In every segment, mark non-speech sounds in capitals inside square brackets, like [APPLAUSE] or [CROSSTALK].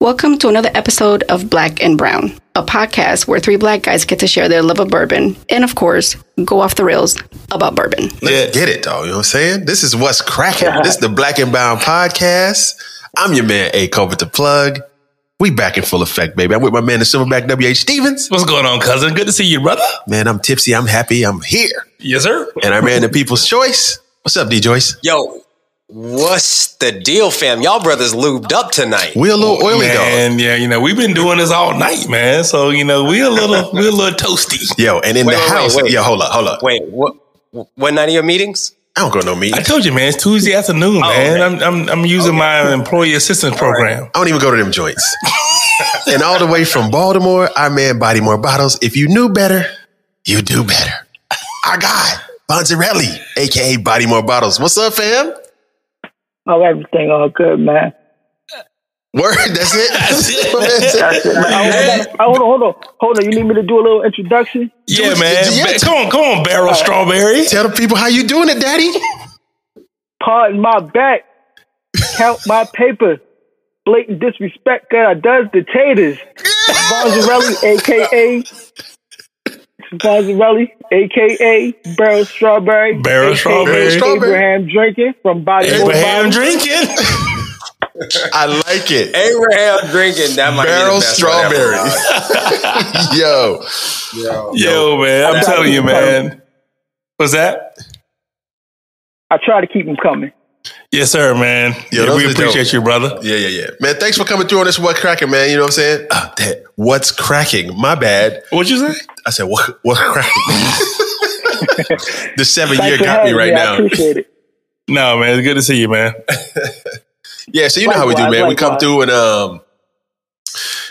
Welcome to another episode of Black and Brown, a podcast where three black guys get to share their love of bourbon and, of course, go off the rails about bourbon. Let's get it, though. You know what I'm saying? This is what's [LAUGHS] cracking. This is the Black and Bound podcast. I'm your man, A. Covert the Plug. We back in full effect, baby. I'm with my man, the Silverback W.H. Stevens. What's going on, cousin? Good to see you, brother. Man, I'm tipsy. I'm happy. I'm here. Yes, sir. And I ran the People's Choice. What's up, D. Joyce? Yo, what's the deal, fam? Y'all brothers lubed up tonight. We a little oily, dog. And yeah, you know we've been doing this all night, man. So you know we a little [LAUGHS] we a little toasty. Yo, and in Wait, the wait, wait, house. wait. Yo, hold up, hold up. Wait, what? What night of your meetings? I don't go no meet. I I told you, man. It's Tuesday afternoon, Oh, man. okay. I'm, I'm I'm using my employee assistance program. don't even go to them [LAUGHS] joints. and all the way from Baltimore, our man, Body More Bottles. If you knew better, you do better. Our guy, Bonzarelli, a.k.a. Body More Bottles. What's up, fam? Oh, everything all good, man. Word, that's [LAUGHS] it. That's it, man. Oh, hold on, hold on, hold on. You need me to do a little introduction? Yeah, it, man. yeah. Ba- Come on, come on, Barrel Strawberry. [LAUGHS] Tell the people how you doing it, Daddy. Pardon my back. Count my paper. Blatant disrespect that I does the taters. Bonzarelli, a.k.a. Bonzarelli, a.k.a. Barrel Strawberry. Barrel AKA Strawberry. Abraham Drinking from Body More Abraham Bottles. drinking. [LAUGHS] I like it. Abraham drinking that might Barrel be the best one ever, strawberry. [LAUGHS] Yo, dog. Yo, man. I'm telling you, man. What's that? I try to keep them coming. Yes, sir, man. Yo, Yeah, we those are dope. appreciate you, brother. yeah, yeah, yeah, man. Thanks for coming through on this. What cracking, man? You know what I'm saying? Ah, that, what's cracking? My bad. What'd you say? I said [LAUGHS] what? What cracking? the seven Thanks year for got me having right me. I now. [LAUGHS] appreciate it. No, man. It's good to see you, man. Yeah, so you know how we do, man. Likewise, We come likewise. through and um,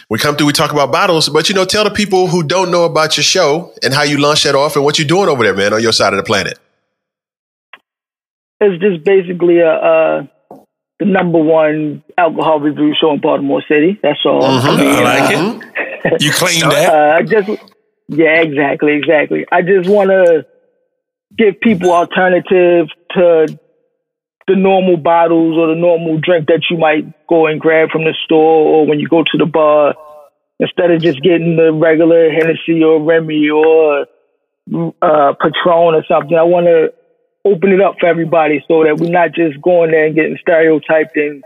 we come through. We talk about bottles, but you know, tell the people who don't know about your show and how you launched that off and what you're doing over there, man, on your side of the planet. it's just basically a, uh the number one alcohol review show in Baltimore City. That's all. I, mean, I like uh, it. You claim that. Uh, I just yeah, exactly, exactly. I just want to give people alternative to the normal bottles or the normal drink that you might go and grab from the store or when you go to the bar. Instead of just getting the regular Hennessy or Remy or uh, Patron or something, I want to open it up for everybody so that we're not just going there and getting stereotyped and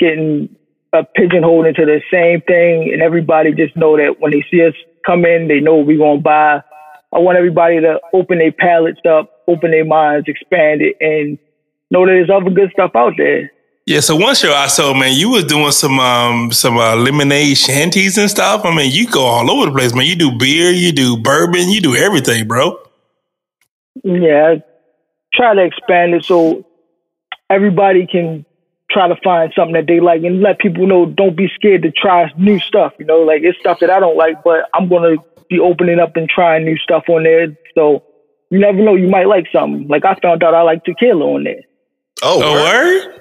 getting uh, pigeonholed into the same thing. And everybody just know that when they see us come in, they know what we're going to buy. I want everybody to open their palates up, open their minds, expand it, and know that there's other good stuff out there. Yeah, so one show I saw, man, you was doing some um some uh, lemonade shanties and stuff. I mean, you go all over the place, man. You do beer, you do bourbon, you do everything, bro. Yeah, try to expand it so everybody can try to find something that they like and let people know don't be scared to try new stuff. You know, like it's stuff that I don't like, but I'm going to be opening up and trying new stuff on there. So you never know, you might like something. Like I found out I like tequila on there. Oh, Oh, word? word?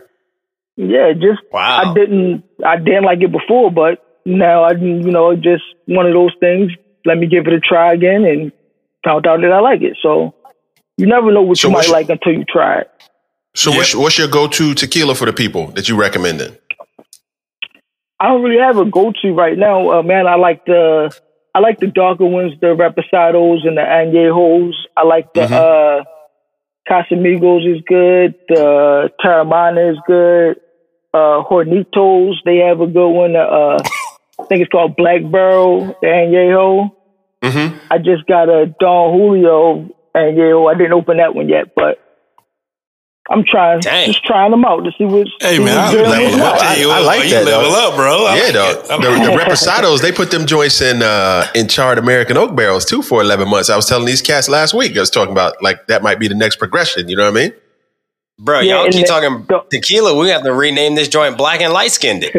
Yeah, just Wow. I didn't I didn't like it before, but now I you know just one of those things. Let me give it a try again, and found out that I like it. So you never know what So you what's might your- like until you try it. So what's, what's your go-to tequila for the people that you recommending? I don't really have a go to right now, uh, man. I like the I like the darker ones, the Reposados and the Añejos. I like the uh, Casamigos is good. The Taramana is good. Uh, Hornitos, they have a good one. Uh, I think it's called Black Barrel, the Añejo. Mm-hmm. I just got a Don Julio Añejo. I didn't open that one yet, but I'm trying, Dang. just trying them out to see what's. Mm, Hey, see man, what's I good level and level what's up. up. not. I- Hey, I you- like you that, level though. up, bro. I Yeah, like dog. it. The, I like [LAUGHS] the it. reposados, they put them joints in uh, in charred American oak barrels too for eleven months. I was telling these cats last week. I was talking about like that might be the next progression. You know what I mean? Bro, Yeah, y'all and keep the- talking the- tequila. We have to rename this joint black and light [LAUGHS] skinned. It.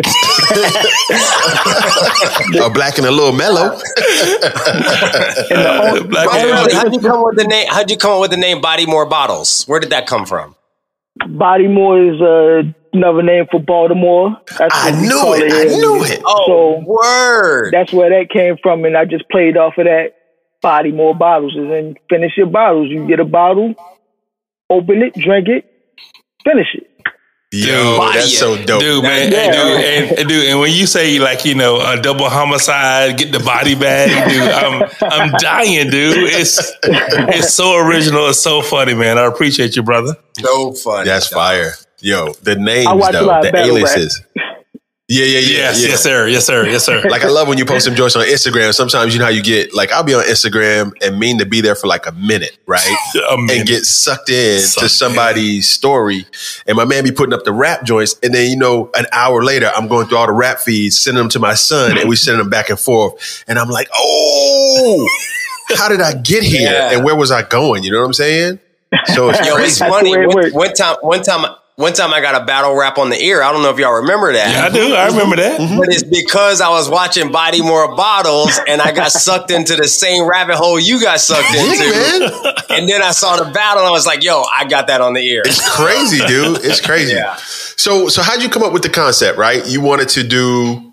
A black and a little mellow. [LAUGHS] Black Bro, and really, white. how'd you come up with the name? How'd you come up with the name Body More Bottles? Where did that come from? Bodymore is uh, another name for Baltimore. That's I what we knew call it. I here. knew it. Oh, So- word. That's where that came from, and I just played off of that. Bodymore bottles, and then finish your bottles. You get a bottle, open it, drink it, finish it. Yo, Body that's it. so dope. Dude, man, Yeah. and dude, and, and dude, and when you say like you know a double homicide, get the body bag, dude, I'm I'm dying, dude. It's it's so original, it's so funny, man. I appreciate you, brother. So funny. That's fire. Yo, the names I watch a though, lot the of battle rap. aliases. Yeah, yeah, yeah. Yes, yeah. yes, sir, yes, sir, yes, sir. Like I love when you post them joints on Instagram. Sometimes you know how you get like I'll be on Instagram and mean to be there for like a minute, right? A minute. and get sucked in Sucked to in. somebody's story. And my man be putting up the rap joints. And then, you know, an hour later, I'm going through all the rap feeds, sending them to my son, and we sending them back and forth. And I'm like, oh, how did I [LAUGHS] get here? Yeah. And where was I going? You know what I'm saying? So [LAUGHS] it's Yo, it's crazy. That's funny. the way it One, works. one time, one time, one time, I got a battle rap on the ear. I don't know if y'all remember that. yeah, I do. I remember that. Mm-hmm. But it's because I was watching Body More Bottles and I got sucked into the same rabbit hole you got sucked Yeah, into. man. and then I saw the battle and I was like, yo, I got that on the ear. It's crazy, dude. It's crazy. Yeah. So, so how'd you come up with the concept? Right, you wanted to do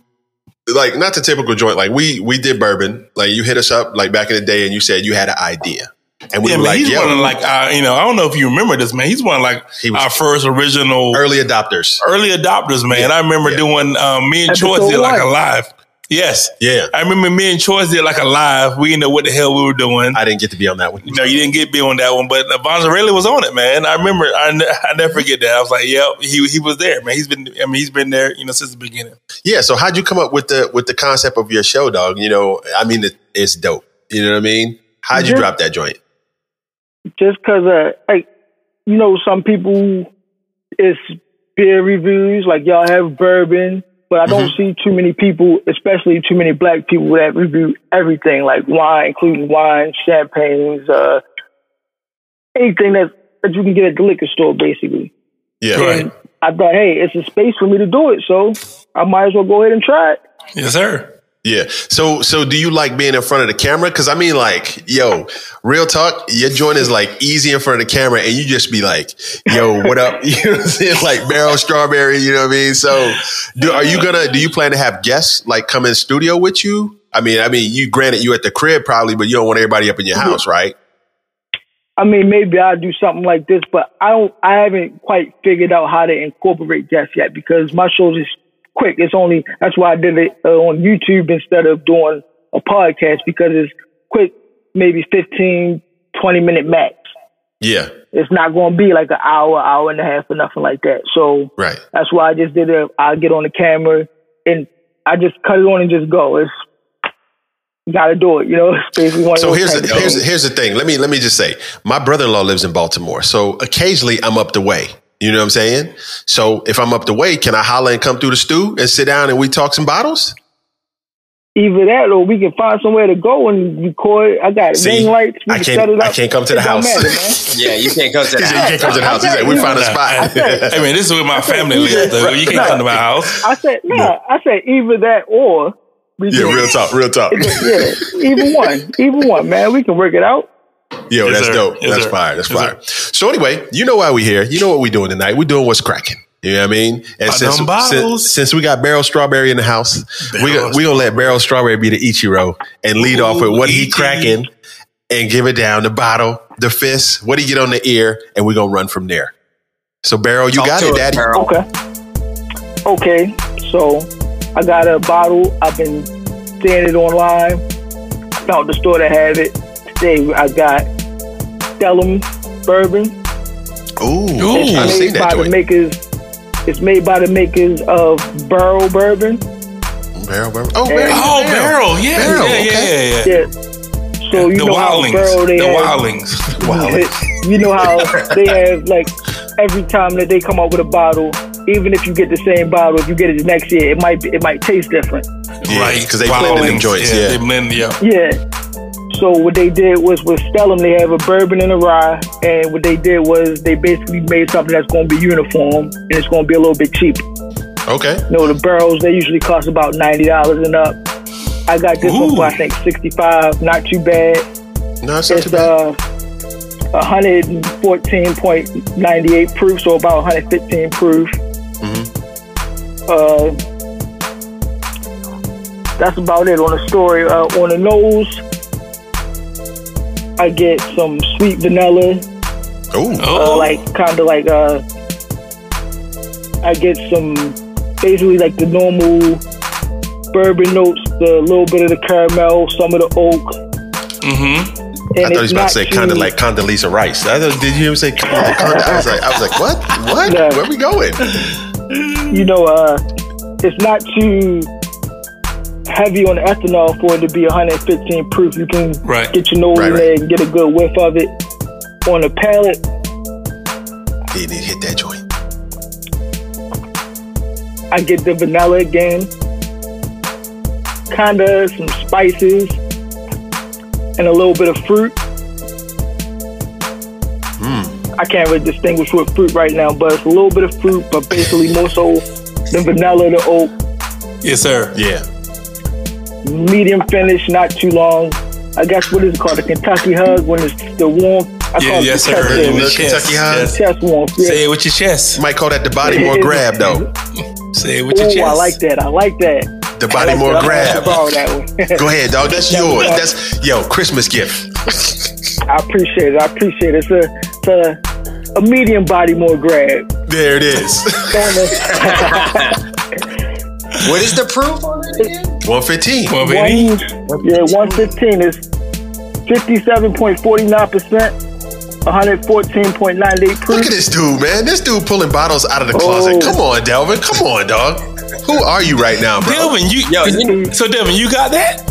like not the typical joint. Like we we did bourbon. Like you hit us up like back in the day, and you said you had an idea, and we Yeah, were man, like, he's one of yo, like uh, you know. I don't know if you remember this, man. He's one of like He was- our first original early, early adopters. adopters, man. I remember yeah. doing um, me and Episode Choice did like a one. live. Yes, Yeah, I remember me and Choice did like a live. We didn't know what the hell we were doing. I didn't get to be on that one. you know, you didn't get me on that one, but Bonzarelli was on it, man. I remember. I, ne- I never forget that. I was like, yep, he he was there, man. He's been. I mean, he's been there, you know, since the beginning. Yeah. So how'd you come up with the with the concept of your show, dog? You know, I mean, it, it's dope. You know what I mean? How'd you Yeah. drop that joint? just because uh like you know some people it's beer reviews like y'all have bourbon but i don't see too many people especially too many black people that review everything like wine including wine champagnes uh anything that that you can get at the liquor store basically Yeah. Right. i thought hey it's a space for me to do it so i might as well go ahead and try it Yes, sir. Yeah. So so do you like being in front of the camera? Cause I mean like, yo, real talk, your joint is like easy in front of the camera and you just be like, yo, what up? [LAUGHS] You know what I'm saying? Like barrel strawberry, you know what I mean? So do are you gonna do you plan to have guests like come in studio with you? I mean, I mean, you granted you at the crib probably, but you don't want everybody up in your house, right? I mean, maybe I'll do something like this, but I don't. I haven't quite figured out how to incorporate guests yet because my shows is quick. It's only that's why I did it uh, on YouTube instead of doing a podcast because it's quick, maybe 15, 20 minute max. Yeah. It's not going to be like an hour, hour and a half, or nothing like that. So Right. that's why I just did it. I get on the camera and I just cut it on and just go. It's got to do it, you know. [LAUGHS] It's basically one of So those here's the, type of here's things. here's the thing. Let me let me just say, my brother in law lives in Baltimore, so occasionally I'm up the way. You know what I'm saying? So if I'm up the way, can I holler and come through the stew and sit down and we talk some bottles? either that or we can find somewhere to go and record. I got See, ring lights. We I can can't- set it I up. can't come to the It don't house. matter, man. yeah, you can't come to He said, [LAUGHS] you that. can't come to the house. He said, we found a spot. I mean, this is where my family lives. Though. You can't come to my house. I said no. I said either that or we [LAUGHS] yeah, can- real talk, real talk. [LAUGHS] yeah, either one, either one, man. We can work it out. Yo, Yes, that's sir. dope. Yes, that's sir. fire. That's Yes, fire. So anyway, you know why we here. You know what we doing tonight. we doing what's cracking. You know what I mean? And I since, done bottles. since since we got Barrel Strawberry in the house, we Barrel gonna, we gonna let Barrel Strawberry be the Ichiro and lead off with Ooh, E what he Ichi. cracking and give it down the bottle, the fist, what he get on the ear, and we gonna run from there. So Barrel, you Talk got to it, us, Daddy. Carol. Okay. Okay. So I got a bottle. I've been seeing it online. Found the store that had it. Today I got Stellum Bourbon. Ooh, Ooh. I've It's seen made that by the joint. makers. It's made by the makers of Burrow Bourbon. Barrel, barrel. Oh, Yeah. barrel. Oh, barrel. Yeah, Barrel, yeah, yeah, okay. yeah, yeah. Yeah. So Oh, you the know how Burrow wildlings. they The have. wildlings. [LAUGHS] Wow. You know how they have like every time that they come out with a bottle. Even if you get the same bottle, if you get it the next year, it might be, it might taste different. Yeah, right. 'cause they blending them Wildlings. joints, yeah. they blend. Yeah. Yeah. So what they did was with Stellum, they have a bourbon and a rye, and what they did was they basically made something that's going to be uniform and it's going to be a little bit cheaper. Okay. You know, the barrels they usually cost about ninety dollars and up. I got this one Ooh. for I think sixty five. Not too bad. No, it's not too It's bad. uh. 114.98 proof, so about 115 proof. Mm-hmm. Uh, that's about it on the story. Uh, on the nose, I get some sweet vanilla, Ooh. uh, Oh, like kind of like uh, I get some basically like the normal bourbon notes, the little bit of the caramel, some of the oak. Mm-hmm. And I thought he was it's about not to say too- kind of like Condoleezza Rice. I thought, did you hear him say Condoleezza? Condoleezza? I was like, I was like, what? What? No. Where we going? you know, uh, it's not too heavy on the ethanol for it to be 115 proof. You can Right. get your nose Right, in right. there and get a good whiff of it on the palate. He didn't hit that joint. I get the vanilla again, kinda some spices, and a little bit of fruit. Hmm. I can't really distinguish what fruit right now, but it's a little bit of fruit, but basically more so than vanilla, the oak, Yes, sir. Yeah. medium finish, not too long. I guess what is it called? A Kentucky hug when it's still warm. I Yeah, call it yes, the sir. In chest warm. the Little chest. Kentucky high. Yes. Chest warm. Say Yeah. it with your chest. Might call that the body more grab though. Say it with your Ooh, chest. I like that. I like that. The I body like more that. I'm gonna have to grab. borrow [LAUGHS] that one. Go ahead, dog. That's yours. That's yo Christmas gift. I appreciate it. I appreciate it. It's a, it's a, a medium body more grab. There it [LAUGHS] is. Kinda [LAUGHS] What is the proof on it again? One fifteen. Well, one, baby. yeah, 115 is 57.49%, 114.98 Look at proof. this dude, man. This dude pulling bottles out of the closet. Oh. Come on, Delvin. Come on, dog. Who are you right now, bro? Delvin, you, Yo, you- so Delvin, you got that?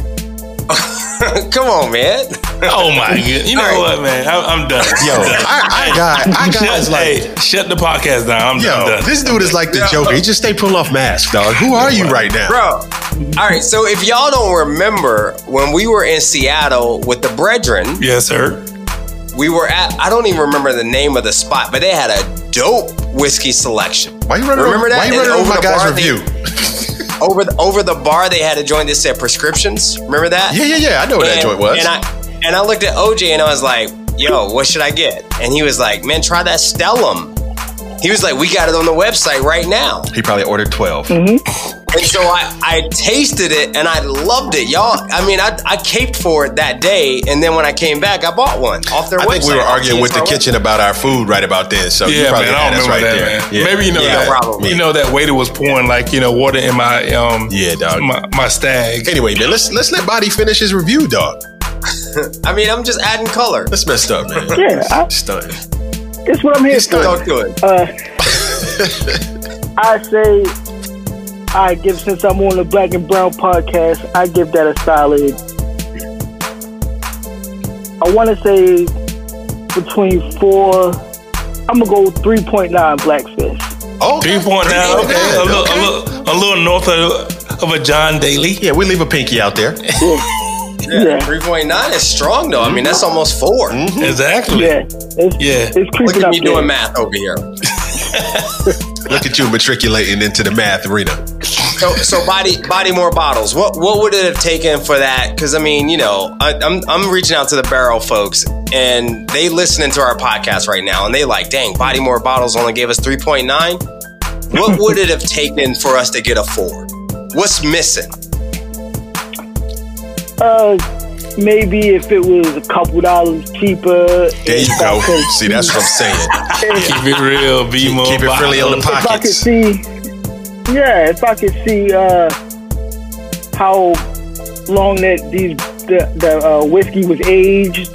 [LAUGHS] come on, man. Oh my god! [LAUGHS] You know All right. what, man? I'm, I'm done. Yo, I'm done. I, I got, [LAUGHS] I got [LAUGHS] shut, is like, hey, shut the podcast down. I'm, I'm yo, done. this dude is like the Yo. Joker. He just stay pulling off masks, dog. Who are you right now? Bro. All right, so if y'all don't remember when we were in Seattle with the Brethren, yes, sir. we were at I don't even remember the name of the spot, but they had a dope whiskey selection. Why you running? Remember over, that? Why you And running over over my the guy's bar thing? review? Over the, over the bar they had a joint that said prescriptions. Remember that? Yeah, yeah, yeah. I know what that joint was. And I and I looked at OJ and I was like, "Yo, what should I get?" And he was like, "Man, try that Stellum." He was like, "We got it on the website right now." he probably ordered twelve. And so I I tasted it and I loved it, y'all. I mean, I I caped for it that day, and then when I came back, I bought one off their I website. think we were off arguing with the TSR website. kitchen about our food right about then. So you Yeah, probably man. I had don't us remember right that, there. man. Maybe you know Yeah, that. probably. You know that waiter was pouring like you know water in my um Yeah, dog. my, my stag. Anyway, man, let's let's let Body finish his review, dog. I mean, I'm just [LAUGHS] adding color. That's messed up, man. Yeah, I, Stunning. that's what I'm here He's for. done. Don't do it. Uh, [LAUGHS] I say, I give since I'm on the Black and Brown podcast, I give that a solid. I want to say between four. I'm gonna go three point nine Blackfish. Oh, Three point nine. Okay, a little, okay. a little, a little north of, of a John Daly. Yeah, we leave a pinky out there. Yeah, Yeah. 3.9 is strong though. I mean, that's almost four. Mm-hmm. Exactly. Yeah, it's, Yeah. it's creeping Look at up me there. doing math over here. Look at you matriculating into the math arena. So, so body, body more bottles. What, what would it have taken for that? Because I mean, you know, I, I'm, I'm reaching out to the barrel folks, and they listening to our podcast right now, and they like, dang, body more bottles only gave us 3.9. What would it have taken for us to get a four? What's missing? Uh, maybe if it was a couple dollars cheaper. There you if I go. could See, that's what I'm saying. Keep it real. Be more. Keep it friendly on the bottles. if I could pockets. see, yeah, if I could see uh, how long that these the, the uh, whiskey was aged,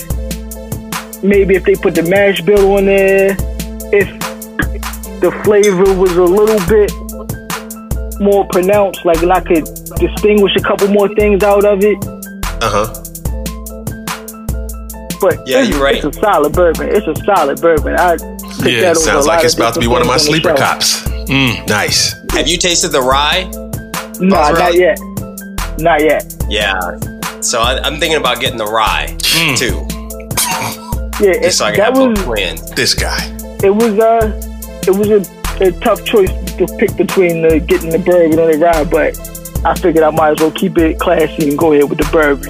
maybe if they put the mash bill on there, if the flavor was a little bit more pronounced, like and I could distinguish a couple more things out of it. Uh huh. But Yeah, it's, you're right. It's a solid bourbon. It's a solid bourbon. I picked Yeah, Mm. that over Sounds a lot like it's about to be one of my different sleeper things on cops. Nice. Have you tasted the rye? the shelf. No, That's not right. yet. Not yet. Yeah. So I, I'm thinking about getting the rye too, Yeah, it, just so I can that have both was twins. This guy. it was uh it was a, a tough choice to pick between the getting the bourbon or the rye, but I figured I might as well keep it classy and go ahead with the bourbon.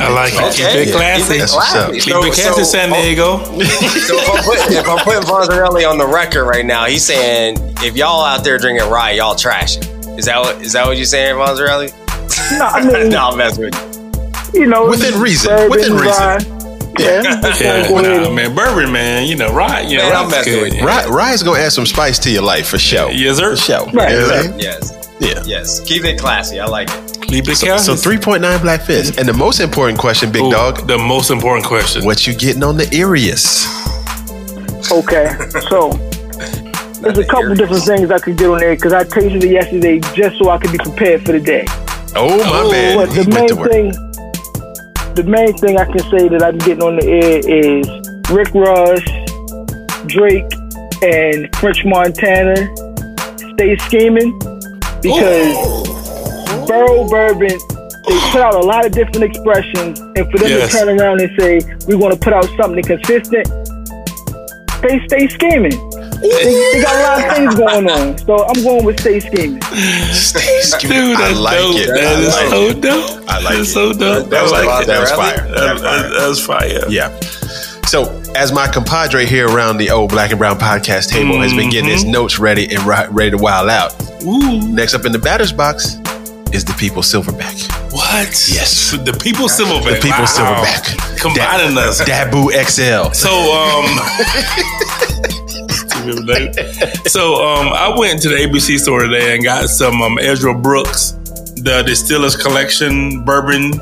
I like it. Keep Okay. it classy. That's what's up. Keep it classy, San Diego. So if I'm putting, if I'm putting Fonzarelli on the record right now, he's saying if y'all out there drinking rye, y'all trash it. Is that what is that what you're saying, Fonzarelli? No, I [LAUGHS] mean no, I'm messing with you. you know Within reason, bourbon, within reason. rye, Yeah, I'm just gonna Yeah, go ahead nah, and- man, bourbon, man. You know, right? You know, Man, I'm Rod's messing good, with you. yeah. Rye, Rye's gonna add some spice to your life for sure. Yes, sir. For sure. Right. You know what I mean? Yes. Yeah. Yes. Keep it classy. I like it. Keep it So, so counting. 3.9 Black Fist. And the most important question, big Ooh, dog, The most important question. what you getting on the eeriest? Okay, so there's a couple different things I could get on there because I tasted it yesterday just so I could be prepared for the day. Oh, my Oh, man. But He the went to main work. thing, the main thing I can say that I'm getting on the air is Rick Ross, Drake, and French Montana. Stay scheming because Burrow Bourbon. They put out a lot of different expressions, and for them Yes. to turn around and say we want to put out something consistent, they stay scheming. They, they got a lot of things going on, so I'm going with stay scheming. I Dude, that's like dope. it. That I is like so dope. I like That's it. so dope. That was, I like fire. it. that was That was fire. That- that- That's fire. Yeah. So, as my compadre here around the old Black and Brown podcast table has been getting Mm-hmm. his notes ready and ri- ready to wild out, Ooh, next up in the batter's box is the people silverback. what? Yes. The people silverback. The people Wow. silverback. Combining us. Dabu XL. So um [LAUGHS] So um I went to the ABC store today and got some um Ezra Brooks, the distillers collection bourbon,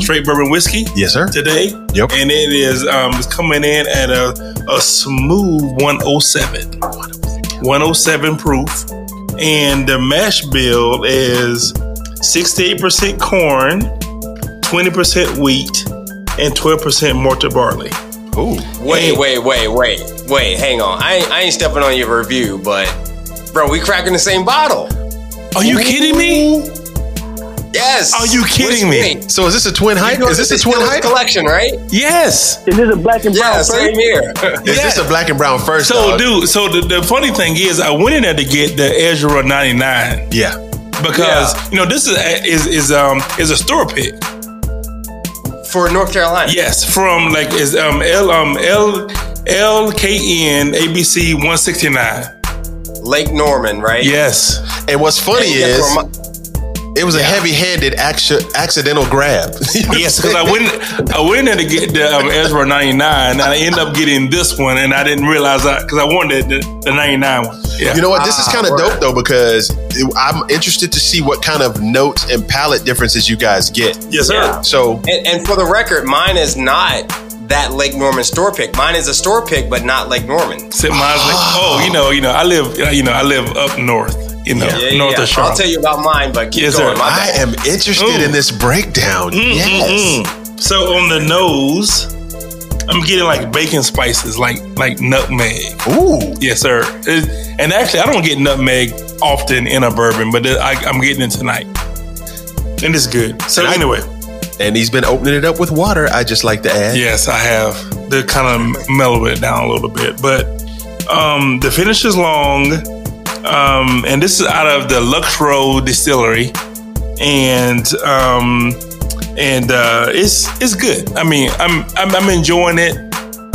straight bourbon whiskey Yes, sir. today. Hmm? Yep. And it is um it's coming in at a, a smooth 107. 107 proof. And the mash bill is 68% corn, 20% wheat, and 12% malted barley. Ooh. Wait, wait, wait, wait, wait. Hang on. I ain't, I ain't stepping on your review, but bro, we cracking the same bottle. Are you kidding me? Yes. Are you kidding me? Which- wait, So, is this a twin hype? you Is this a twin Distillers hype? collection, right? Yes. Is this a black and brown Yeah, first? same here. Is this a black and brown first? So, dog? dude, so the, the funny thing is, I went in there to get the Ezra 99 Yeah. because Yeah. you know this is a, is is um is a store pick. For North Carolina. Yes, from like is um L um L L K N ABC 169. Lake Norman, right? Yes. And what's funny Yeah, is, from- it was a heavy-handed actu- accidental grab. [LAUGHS] [LAUGHS] Yes, because I went I went in there to get the um, Ezra 99 and I ended up getting this one and I didn't realize I because I wanted the, the 99 one. Yeah. You know what? This is Ah, kind of word. dope though because it- I'm interested to see what kind of notes and palette differences you guys get. yes, sir. Yeah. So And, and for the record, mine is not that Lake Norman store pick. Mine is a store pick, but not Lake Norman. Said mine's like, oh, you know, you know, I live, you know, I live up north, you know, north of Charlotte. I'll tell you about mine, but keep Yes, going. sir. My I am bad. interested Ooh. in this breakdown. Mm, yes. Mm-mm. Mm, So on the nose, I'm getting like bacon spices, like like nutmeg. mm. Ooh. Yes, sir. It- and actually, I don't get nutmeg often in a bourbon, but I, I'm getting it tonight, and it's good. So And I- anyway, And he's been opening it up with water. I just like to add. yes, I have to kind of mellow it down a little bit, but um, the finish is long, um, and this is out of the Lux Row Distillery, and um, and uh, it's it's good. I mean, I'm I'm, I'm enjoying it.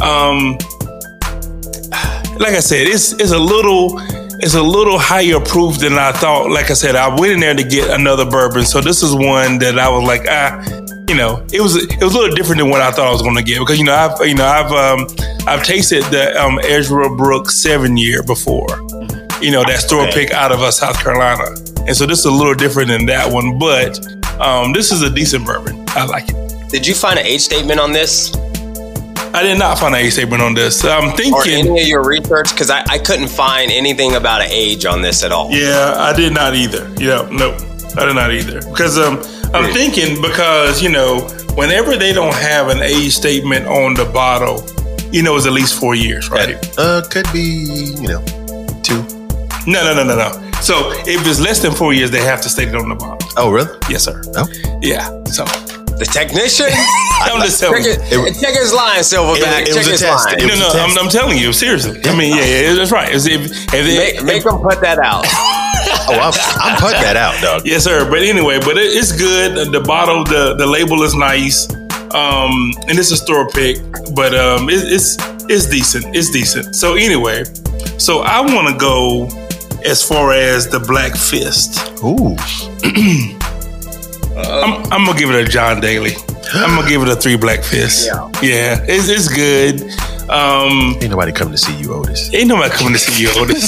Um, like I said, it's it's a little it's a little higher proof than I thought. Like I said, I went in there to get another bourbon, so this is one that I was like, ah, you know, it was it was a little different than what I thought I was going to get because you know I've you know I've um, I've tasted the um, Ezra Brooks seven year before, you know that store pick out of uh, South Carolina, and so this is a little different than that one, but um, this is a decent bourbon. I like it. Did you find an age statement on this I did not find an age statement on this. I'm or thinking, any of your research? Because I, I couldn't find anything about an age on this at all. yeah, I did not either. Yeah, no, I did not either. Because um, I'm thinking because you know whenever they don't have an age statement on the bottle, you know it's at least four years, right? Uh, could be you know two. No, no, no, no, no. So if it's less than four years, they have to state it on the bottle. Oh really? Yes, sir. Oh. Yeah. So The [LAUGHS] technician? I'm just telling check, you. it, check his line, Silverback. It- it check was a his test. line. It No, was no, a I'm, test. I'm telling you, seriously. I mean, yeah, yeah, that's right. It's If, if, they- Make, make him put that out. Oh, I'm, I'm putting that out, dog. Yes, sir. But anyway, but it, it's good. The bottle, the the label is nice, um, and it's a store pick. But um, it, it's it's decent. It's decent. So anyway, so I want to go as far as the Black Fist. Ooh. I'm, I'm gonna give it a John Daly. I'm gonna give it a three black fist. Yeah, it's, it's good. Um, Ain't nobody coming to see you, Otis. ain't nobody coming to see you on this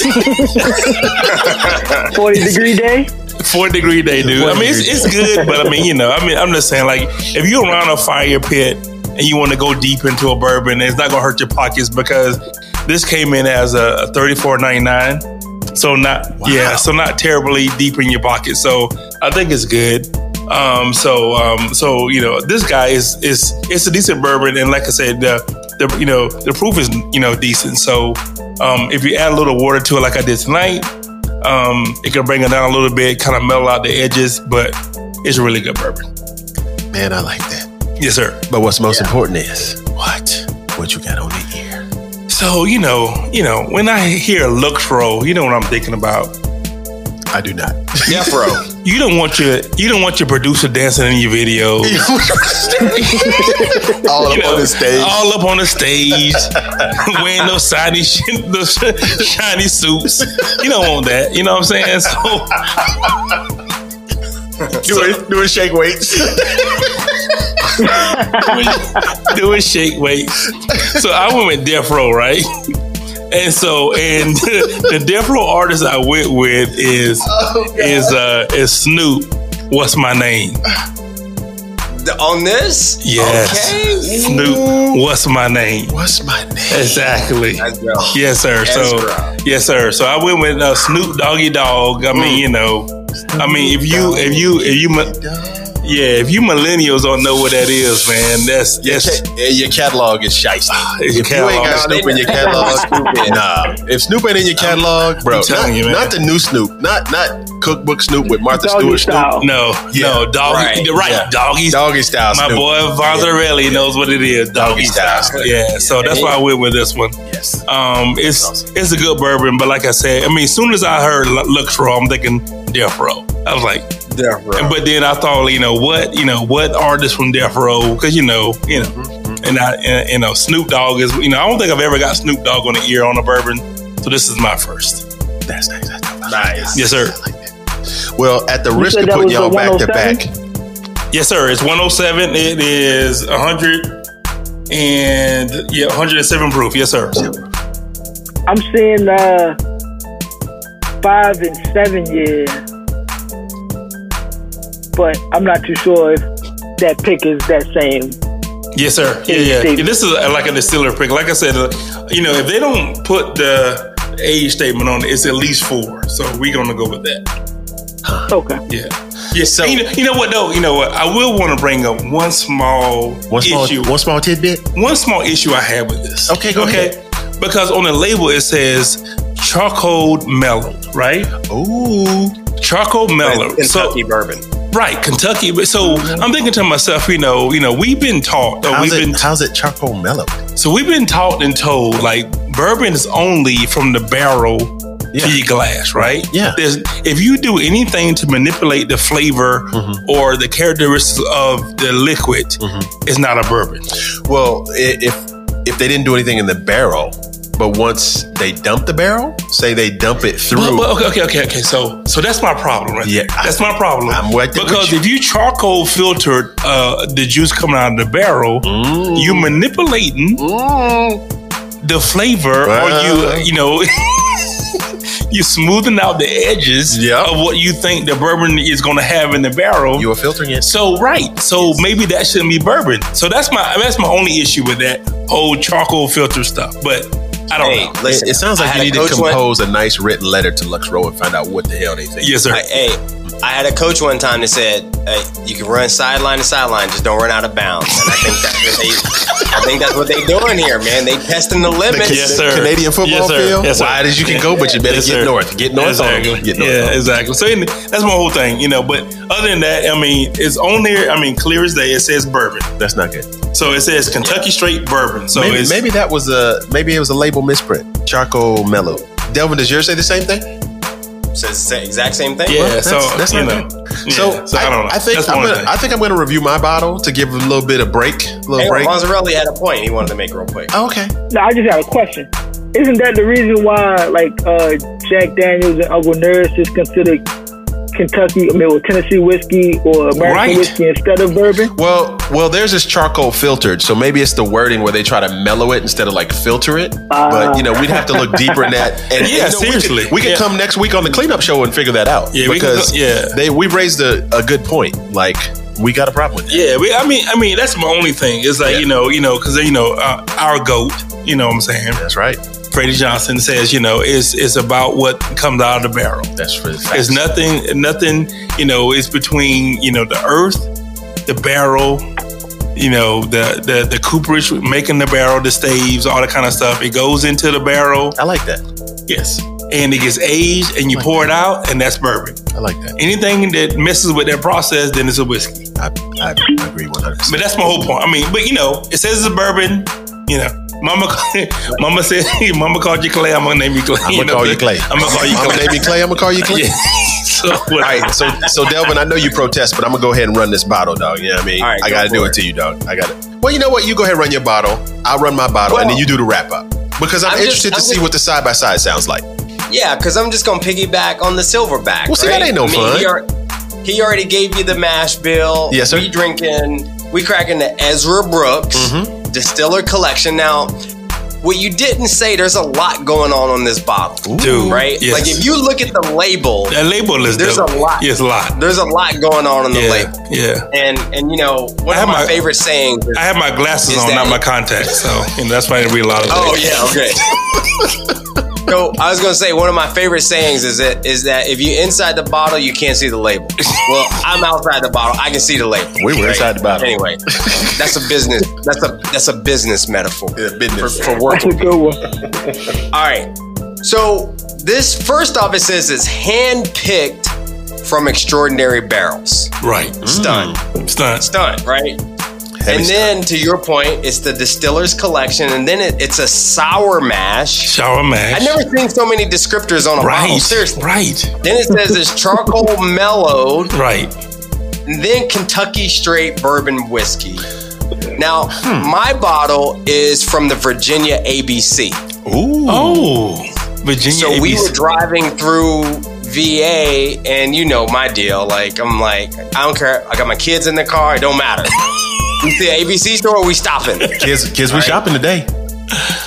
Forty degree day. four degree day, dude. I mean, it's, it's good, but I mean, you know, I mean, I'm just saying, like, if you're around a fire pit and you want to go deep into a bourbon, it's not gonna hurt your pockets because this came in as a, a 34.99, so not yeah, so not terribly deep in your pocket. So I think it's good. Um, so um, so you know, this guy is is it's a decent bourbon, and like I said, the, the you know the proof is you know decent. So um, if you add a little water to it, like I did tonight. Um, it can bring it down a little bit, kind of mellow out the edges, but it's a really good bourbon. Man, I like that. Yes, sir. But what's most important is what? What you got on the ear? So you know, you know, when I hear lux roll, you know what I'm thinking about. I do [LAUGHS] not. Yeah, bro. [LAUGHS] You don't want your you don't want your producer dancing in your [LAUGHS] videos. All up you know, on the stage. all up on [LAUGHS] the stage, wearing those shiny, sh- those [LAUGHS] sh- shiny suits. You don't want that. You know what I'm saying? [LAUGHS] So doing, doing shake weights. doing, doing shake weights. So I went with Death Row, right? And so, and [LAUGHS] the Death Row artist I went with is Oh, is uh is Snoop. What's my name? The- on this? Yes, Okay. Snoop. What's my name? [LAUGHS] What's my name? Exactly. That's bro. Yes, sir. So, Ezra. yes, sir. So I went with uh, Snoop Doggy Dog. I Mm. mean, you know, I mean, if you, if you, if you, mi- yeah, if you millennials don't know what that is, man, that's that's Ca- Your catalog is shiesty. If you ain't got catalog. Snoop in your Ah, catalog, Stupid. nah. If Snoop ain't in your catalog, bro, I'm telling not, you, man. not the new Snoop, not not cookbook Snoop with Martha Doggy Stewart Snoop, style. no, Yeah, no, doggy, right, right, yeah. doggy doggy style My Snoop. boy Vonzarelli knows what it is, Doggy doggy style. style. Yeah, so that's why I went with this one. Yes. Um, it's it's a good bourbon, but like I said, I mean, as soon as I heard Lu- Lux Row, I'm thinking Death Row. I was like, Yeah, bro. but then I thought, you know what, you know what artist from Death Row? Because you know, you know, Mm-hmm. and I, and, you know, Snoop Dogg is, you know, I don't think I've ever got Snoop Dogg on the ear on a bourbon, so this is my first. That's nice. I like that. Nice. Yes, sir. Well, at the risk of said that putting was oh y'all the back to back, 107? Yes, sir. It's 107. It is 100 and yeah, 107 proof. Yes, sir. I'm seeing uh, five and seven years, but I'm not too sure if that pick is that same. Yes, sir. Yeah, yeah. Instinct. Yeah, This is uh, like a distiller pick. Like I said, uh, you know, if they don't put the age statement on it, it's at least four. So we're gonna go with that. Okay. Yeah. Yeah. So you know, you know what though? You know what? I will want to bring up one small one small, issue. one small tidbit. one small issue I had with this. Okay, go Because on the label it says charcoal mellow, right? Ooh, Charcoal mellow. so Kentucky bourbon. right, Kentucky. But so I'm thinking to myself, you know, you know, we've been taught, or how's we've it? been how's it charcoal mellow? So we've been taught and told like bourbon is only from the barrel Yeah. to your glass, right? Yeah. There's, if you do anything to manipulate the flavor Mm-hmm. or the characteristics of the liquid, it's not a bourbon. Well, i- if if they didn't do anything in the barrel, but once they dump the barrel, say they dump it But, through. but okay, okay, okay, okay. So, so that's my problem, right? Yeah, there. that's my problem. I'm right there with because you. if you charcoal filtered uh, the juice coming out of the barrel, Mm. you manipulating the flavor, or Well. you, you know, [LAUGHS] you smoothing out the edges Yeah. of what you think the bourbon is going to have in the barrel. you are filtering it. So right, so maybe that shouldn't be bourbon. So that's my that's my only issue with that whole charcoal filter stuff. But I don't Hey, know. It, listen. it sounds I like you had a need to coach one- compose a nice written letter to Lux Row and find out what the hell they think. Yes, sir. [LAUGHS] I, hey, I had a coach one time that said, hey, "You can run sideline to sideline, just don't run out of bounds." And I think that's what they, I think that's what they doing here, man. They testing the limits. Ca- Yes, sir. Canadian football Yes, sir. field. Yes, sir. Wide as you can go, but you better Yes, get sir. north. Get north exactly. on them. Get north yeah, on them. exactly. So and that's my whole thing, you know. But other than that, I mean, it's on there. I mean, clear as day. It says bourbon, That's not good. so it says Kentucky Straight Bourbon. So maybe, it's maybe that was a maybe it was a label misprint. Charcoal mellow. Delvin, does yours say the same thing? Says the exact same thing. yeah. Well, so that's- that's you not know, yeah, so, I, I, don't know. I think that's I'm one gonna, thing. I think I'm going to review my bottle to give a little bit of break, a little Hey, break. Mazzarelli had a point he wanted to make real quick. Oh, okay. Now I just got a question. Isn't that the reason why like uh, Jack Daniels and Uncle Nurse is considered Kentucky, I mean, or Tennessee whiskey or American Right. whiskey instead of bourbon? Well, well, theirs is charcoal filtered, so maybe it's the wording where they try to mellow it instead of like filter it. but you know, we'd have to look deeper in [LAUGHS] that. And Ah. Yeah, you know, we could- seriously. we could Yeah. come next week on the cleanup show and figure that out. Yeah, we could because go- yeah. they we raised a, a good point. Like we got a problem with it. Yeah, we, I mean, I mean, that's my only thing. It's like you know, you know, because you know, uh, our goat. You know what I'm saying? That's right. Brady Johnson says, you know, it's it's about what comes out of the barrel. That's for the It's facts. nothing, nothing. You know, it's between you know the earth, the barrel, you know the the the cooperage making the barrel, the staves, all that kind of stuff. It goes into the barrel, I like that. yes, and it gets aged, and you pour it out, and that's bourbon. I like that. Anything that messes with that process, then it's a whiskey. I, I agree one hundred But percent. that's my whole point. I mean, but you know, it says it's a bourbon. You know, Mama, [LAUGHS] Mama said, [LAUGHS] Mama called you Clay. I'm gonna name you Clay. I'm gonna call you Clay. I'm gonna call you I'm Clay. gonna name you Clay. I'm gonna call you [LAUGHS] Clay. Yeah. so [LAUGHS] All right, so so Delvin, I know you protest, but I'm gonna go ahead and run this bottle, dog. You know what I mean? All right, I go gotta for do it. it to you, dog. I got to Well, you know what? You go ahead and run your bottle. I'll run my bottle, and then Well, you do the wrap up because I'm, I'm just- interested I'm to see just- what the side by side sounds like. Yeah, because I'm just gonna piggyback on the silverback. Well, see, right? that ain't no fun. He, ar- he already gave you the mash bill. Yes, sir. We drinking, we cracking the Ezra Brooks Mm-hmm. Distiller Collection. Now, what you didn't say, there's a lot going on on this bottle, Dude, right? yes. Like if you look at the label, that label is There's dope. a lot. Yes, a lot. there's a lot going on on the yeah, label. yeah. And and you know, one I have of my, my- favorite sayings. Is, I have my glasses Is on, that not it? my contacts, so you know, that's why I didn't read a lot of. oh things. yeah, okay. [LAUGHS] So I was gonna say one of my favorite sayings is that is that if you inside the bottle you can't see the label. Well, I'm outside the bottle, I can see the label. We were inside the bottle. Anyway, that's a business. That's a that's a business metaphor Yeah, business. for, for That's a working. good one. All right. So this first off it says it's hand picked from extraordinary barrels. right. Mm. Stunned, Stunt. stunned, right? Hmm. Heavy and stuff. then to your point, it's the distiller's collection, and then it, it's a sour mash. Shower mash. I've never seen so many descriptors on a bottle. Right. Seriously. right. Then it says it's charcoal mellowed, Right. and then Kentucky straight bourbon whiskey. Now, my bottle is from the Virginia ABC. Ooh. Oh, Virginia. So we ABC. were driving through VA, and you know my deal. Like I'm like, I don't care. I got my kids in the car. It don't matter. [LAUGHS] we see an ABC store, we stopping. Kids, kids, we shopping today.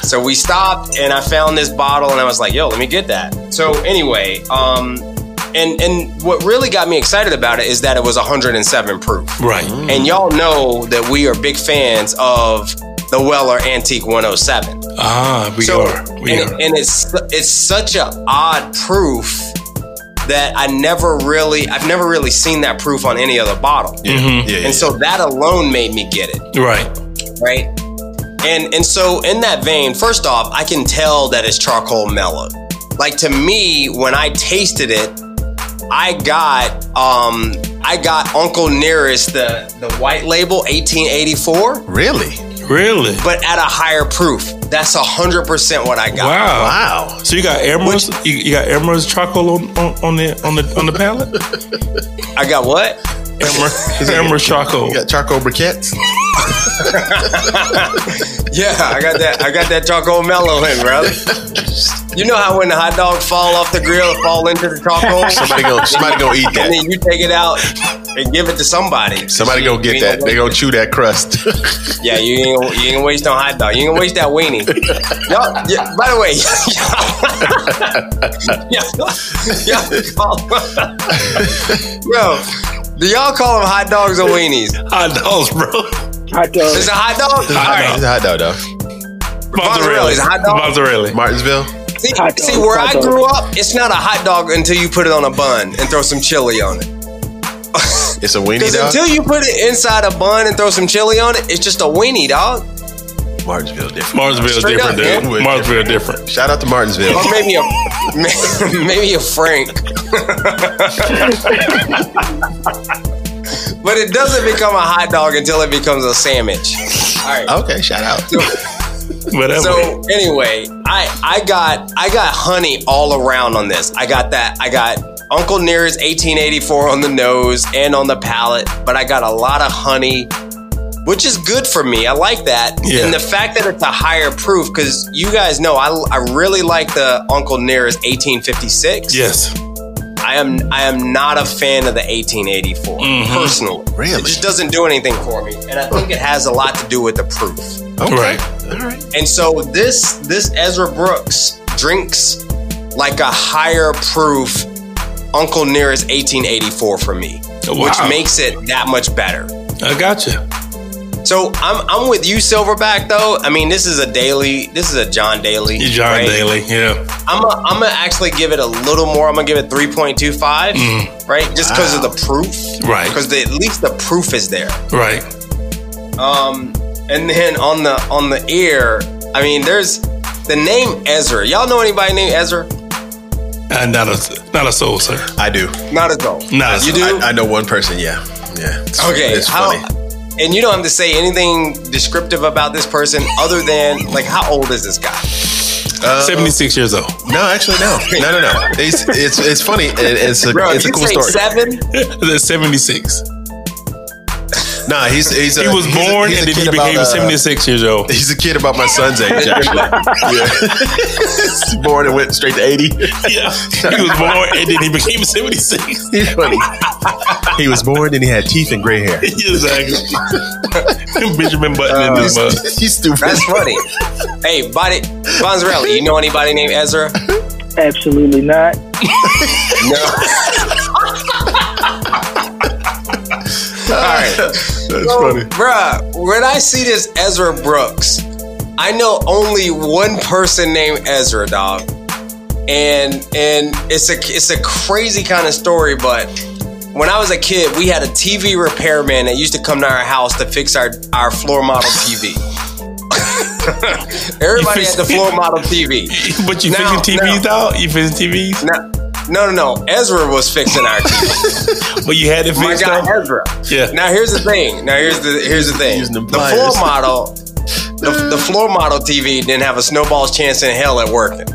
So we stopped, and I found this bottle, and I was like, "Yo, let me get that." So anyway, um, and and what really got me excited about it is that it was 107 proof, right. and y'all know that we are big fans of the Weller Antique 107. Ah, we so are. We and, are. and it's it's such a odd proof that I never really I've never really seen that proof on any other bottle, Yeah, Mhm. yeah, yeah. and so that alone made me get it right. right? And and so in that vein, first off, I can tell that it's charcoal mellow. Like to me, when I tasted it, I got um I got Uncle Nearest the the white label 1884, really? Really. but at a higher proof. That's hundred percent what I got. Wow. Wow. So you got Emerald's, you, you got Emerald's charcoal on, on, on the on the on the palette. [LAUGHS] I got what? Emerald, Emerald charcoal. You got charcoal briquettes. Yeah, I got that. I got that charcoal mellow in, [LAUGHS] brother. You know how when the hot dog fall off the grill, it fall into the [LAUGHS] charcoal, Somebody go. Somebody go eat and that. [LAUGHS] then you take it out and give it to somebody. Somebody go You get ain't that. gonna They gonna chew that crust. [LAUGHS] Yeah, you ain't, gonna- you ain't gonna waste no hot dog. You ain't gonna waste that [LAUGHS] weenie. Y'all, yeah, by the way, [LAUGHS] y'all, y'all, y'all, call- yo, do y'all call them hot dogs or weenies? Hot dogs, bro. Hot dog. Is it hot dog? All hot right. It's a hot dog, though. Mozzarella is a hot dog? Mozzarella. Martinsville. See, Hot dog, see, where hot I dog. grew up, it's not a hot dog until you put it on a bun and throw some chili on it. It's a weenie Because dog. until you put it inside a bun and throw some chili on it, it's just a weenie, dog. Martinsville different. Marsville Straight different, up, dude. yeah. Marsville different. Shout out to Martinsville. Or maybe a [LAUGHS] maybe a Frank. [LAUGHS] but it doesn't become a hot dog until it becomes a sandwich. All right. Okay, shout out. Whatever. [LAUGHS] So anyway, I I got I got honey all around on this. I got that. I got Uncle Nearest 1884 on the nose and on the palate, but I got a lot of honey, which is good for me. I like that. Yeah. And the fact that it's a higher proof, because you guys know I I really like the Uncle Nearest 1856. yes. I am I am not a fan of the 1884 personally. Really? It just doesn't do anything for me, and I think it has a lot to do with the proof. Okay. Right. All right. And so this this Ezra Brooks drinks like a higher proof Uncle Nearest 1884 for me, which Oh, Wow. makes it that much better. I gotcha. So I'm I'm with you, Silverback. Though I mean, this is a daily. This is a John Daly. You. John right? Daly. Yeah. I'm a, I'm gonna actually give it a little more. I'm gonna give it 3.25, right? Just because of the proof, Mm. Right. Because at least the proof is there. Right. Um, and then on the on the ear, I mean, there's the name Ezra. Y'all know anybody named Ezra? And Uh, not a not a soul, sir. I do. Not at all. Not a You soul. do? I, I know one person. Yeah. Yeah. It's- Okay, It's how, funny. and you don't have to say anything descriptive about this person other than like how old is this guy? Uh, Seventy six years old. [LAUGHS] No, actually, no. No, no, no. It's it's, it's funny. It, it's a Bro, if it's a you cool say story. seven, That's seventy six. Nah, he's he's a, He was he's a- born he's a and then kid he about, became uh, seventy six years [LAUGHS] old. He's a kid about my son's [LAUGHS] age, actually. yeah. born and went straight to eighty. Yeah. He was born and then he became seventy six. He's funny. He was born and he had teeth and gray hair. exactly. Benjamin Button in He's, Uh, the mud. [LAUGHS] he's stupid. Oh, that's [LAUGHS] funny. hey, body Bonzarelli, you know anybody named [LAUGHS] Ezra? Absolutely not. No. All right. That's So, funny. Bruh, when I see this Ezra Brooks, I know only one person named Ezra, dog. And and it's a it's a crazy kind of story, but when I was a kid, we had a TV repairman that used to come to our house to fix our, our floor model TV. [LAUGHS] Everybody fix- had [LAUGHS] the floor model TV. But you Now- fixing TVs out? You fixing TVs? No, no, no, no. Ezra was fixing our [LAUGHS] TV. But you had it My fixed guy out? Ezra. Yeah. Now here's the thing. Now here's the here's the thing. Using The the floor pliers. model, the, the floor model TV didn't have a snowball's chance in hell at working.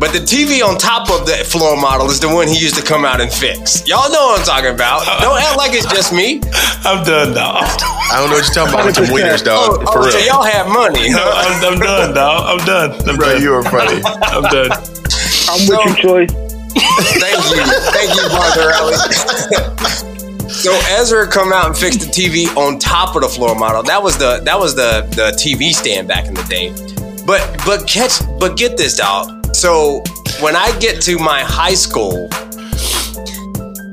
But the TV on top of the floor model is the one he used to come out and fix. Y'all know what I'm talking about. Don't act like it's just [LAUGHS] me. I'm done, dog. I don't know what you're talking about with them wieners, Oh, dog. oh, For so real. y'all have money. [LAUGHS] No, huh? I'm, I'm done, dog. I'm done. I'm Bro, done. you are [LAUGHS] funny. I'm done. I'm with you, Choice. Thank you. Thank you, Barbarelli. so Ezra come out and fix the TV on top of the floor model. That was the that was the the TV stand back in the day. But but catch but get this dog. So when I get to my high school,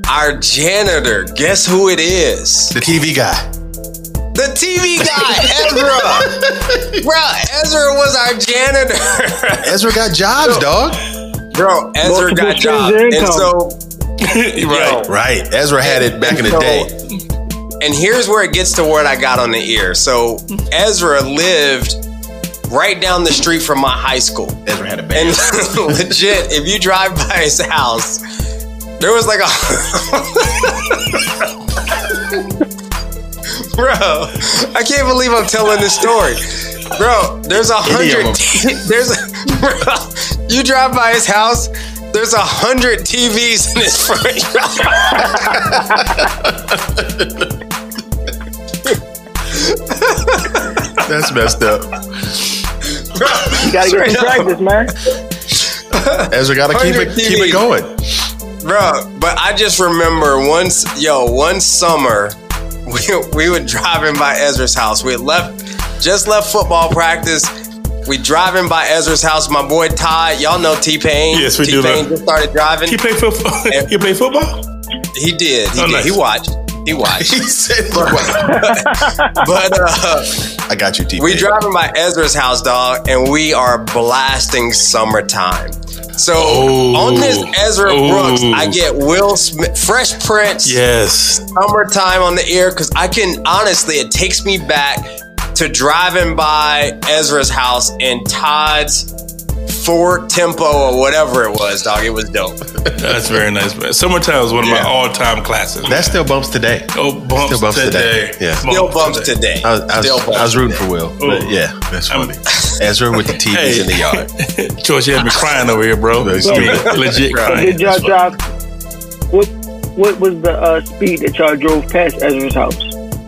our janitor, guess who it is? The TV guy. The TV guy, [LAUGHS] Ezra. Bro, Ezra was our janitor. Ezra got jobs, dog. Bro, Ezra Multiple got streams job. of And income. so right. Right. Ezra had it back in the day. And here's where it gets to what I got on the ear. [LAUGHS] So Ezra lived right down the street from my high school. Ezra had it back. And [LAUGHS] legit, if you drive by his house, there was like a [LAUGHS] Bro, I can't believe I'm telling this story. Bro, there's a Any of hundred [LAUGHS] there's bro, you drive by his house, there's a hundred TVs in his front yard. That's messed up. You gotta Straight get some up. practice, man. Ezra got to keep it 100 keep TVs. it [LAUGHS] going. Bruh, but I just remember once, yo, one summer, [LAUGHS] we, we were driving by Ezra's house. We had left, just left football practice. We driving by Ezra's house. My boy Ty, y'all know T Pain. Yes, we do T Pain know. just started driving. You play football? [LAUGHS] You play football? He did. He Oh, did. nice. He watched. He watched. [LAUGHS] He said, "What?" but uh, I got you, TV. we driving by Ezra's house, dog, and we are blasting summertime. So Oh. on this Ezra Oh. Brooks, I get Will Smith, Fresh Prince. Yes. summertime on the air because I can honestly, it takes me back to driving by Ezra's house in Todd's Ford Tempo or whatever it was, dog. It was dope. That's very nice, man. Summertime is one of my all time classes. That still bumps today. oh, bumps, still bumps today. today. Yeah. Still bumps today. I was, I was, Still bumps. I was rooting for Will. Ooh. But yeah, that's I'm- funny. [LAUGHS] Ezra with the TVs in the yard. George, you had me crying over here, bro. Very I mean, sweet. legit Bro, crying. Did y'all drive? What What was the uh, speed that y'all drove past Ezra's house?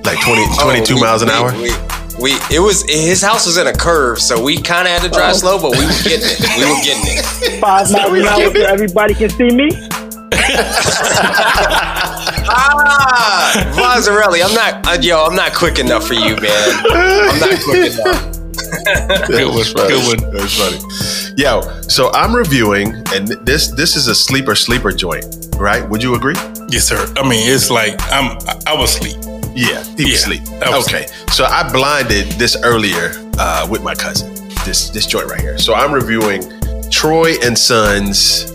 Like 20, Oh, 22 we- miles an we- hour. We, we it was his house was in a curve, so we kind of had to Oh. [LAUGHS] drive slow, but we were getting it. We were getting it. Five miles an hour so everybody can see me. Ah, Mazzarelli, I'm not, uh, yo, I'm not quick enough for you, man. [LAUGHS] I'm not quick enough. Good one, That's funny. good one. That's funny. Yo, so I'm reviewing, and this this is a sleeper sleeper joint, right? Would you agree? Yes, sir. I mean, it's like I'm. I- I was asleep. Yeah, people Yeah, sleep. I was Okay, so I blinded this earlier uh, with my cousin. This this joint right here. So I'm reviewing Troy and Sons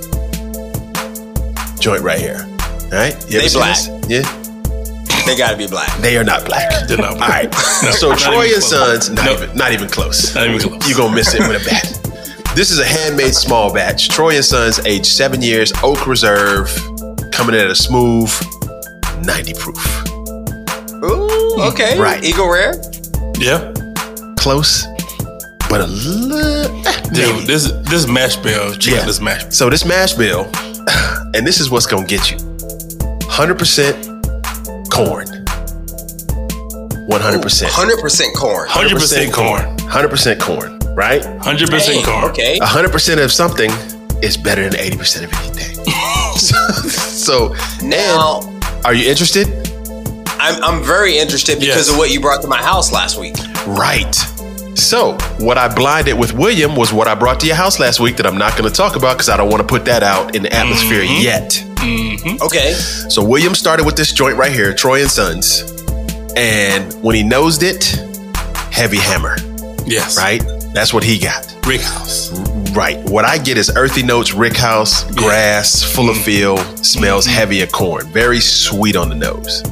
joint right here. All right, you They ever seen black. this? Yeah, They gotta be black. they are not black. They're not black. All right. No, so not Troy even and close. Sons, not, No. even, not even close. Not even close. You're going to miss it with a bat. This is a handmade small batch. Troy and Sons, aged seven years, Oak Reserve, coming in at a smooth 90 proof. Ooh, okay. Right. Eagle Rare. Yeah, Close, but a little. dude. This this mash bill. Check Yeah. out this mash. So this mash bill, [CLEARS THROAT] and this is what's going to get you 100% corn. 100%. 100% corn. Hundred percent corn. 100% corn, right? Hundred Dang, percent corn. Okay. Uh, 100% of something is better than 80% of anything. [LAUGHS] so, so, Now, are you interested? I'm, I'm very interested because Yes. of what you brought to my house last week. Mm-hmm. Right. So, what I blinded with William was what I brought to your house last week that I'm not going to talk about because I don't want to put that out in the atmosphere Mm-hmm. yet. Okay. So, William started with this joint right here, Troy and Sons. And when he nosed it, heavy hammer, Yes. right? That's what he got. Rick House. Right. What I get is earthy notes, rick house, grass, full of feel, smells heavy of corn, very sweet on the nose.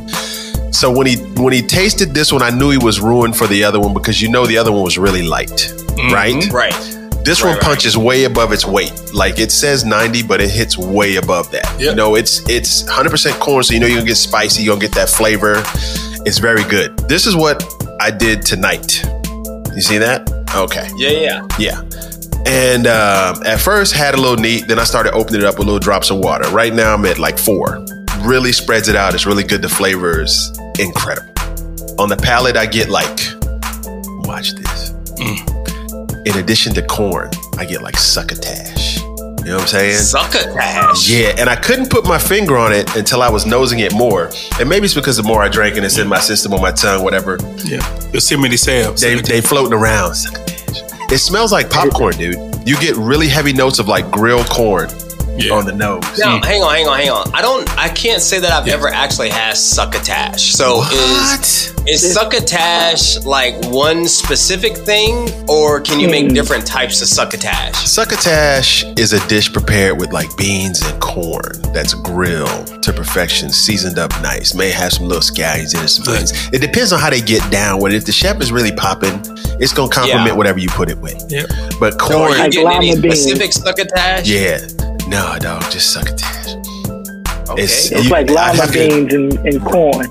So when he when he tasted this one, I knew he was ruined for the other one because you know the other one was really light, Mm-hmm. right? Right. This Right, one right. punches way above its weight. Like it says 90, but it hits way above that. You Yep. know, it's it's 100% corn, so you know you're gonna get spicy, you're gonna get that flavor. It's very good. This is what I did tonight. You see that? Okay. Yeah, yeah. Yeah. And um, at first had a little neat, then I started opening it up with little drops of water. Right now I'm at like four. Really spreads it out. It's really good. The flavor is incredible. On the palate, I get like, watch this. In addition to corn, I get like succotash. You know what I'm saying? Succotash. Yeah, and I couldn't put my finger on it until I was nosing it more. And maybe it's because the more I drank and it's in my system, on my tongue, whatever. Yeah. Yosemite Sam. They they floating around. It smells like popcorn, dude. You get really heavy notes of like grilled corn yeah. on the nose. Now, hang on, hang on, hang on. I don't, I can't say that I've ever actually had succotash. So is is succotash like one specific thing, or can you Hmm. make different types of succotash? Succotash is a dish prepared with like beans and corn that's grilled to perfection, seasoned up nice. May have some little scallions in it, some things. It depends on how they get down with it. If the chef is really popping, it's gonna complement Yeah. whatever you put it with. Yep. But Or corn, are you Like getting any lima beans. specific succotash? yeah, no, dog, just succotash. Okay. It's you- like I lima have to- beans and, and corn.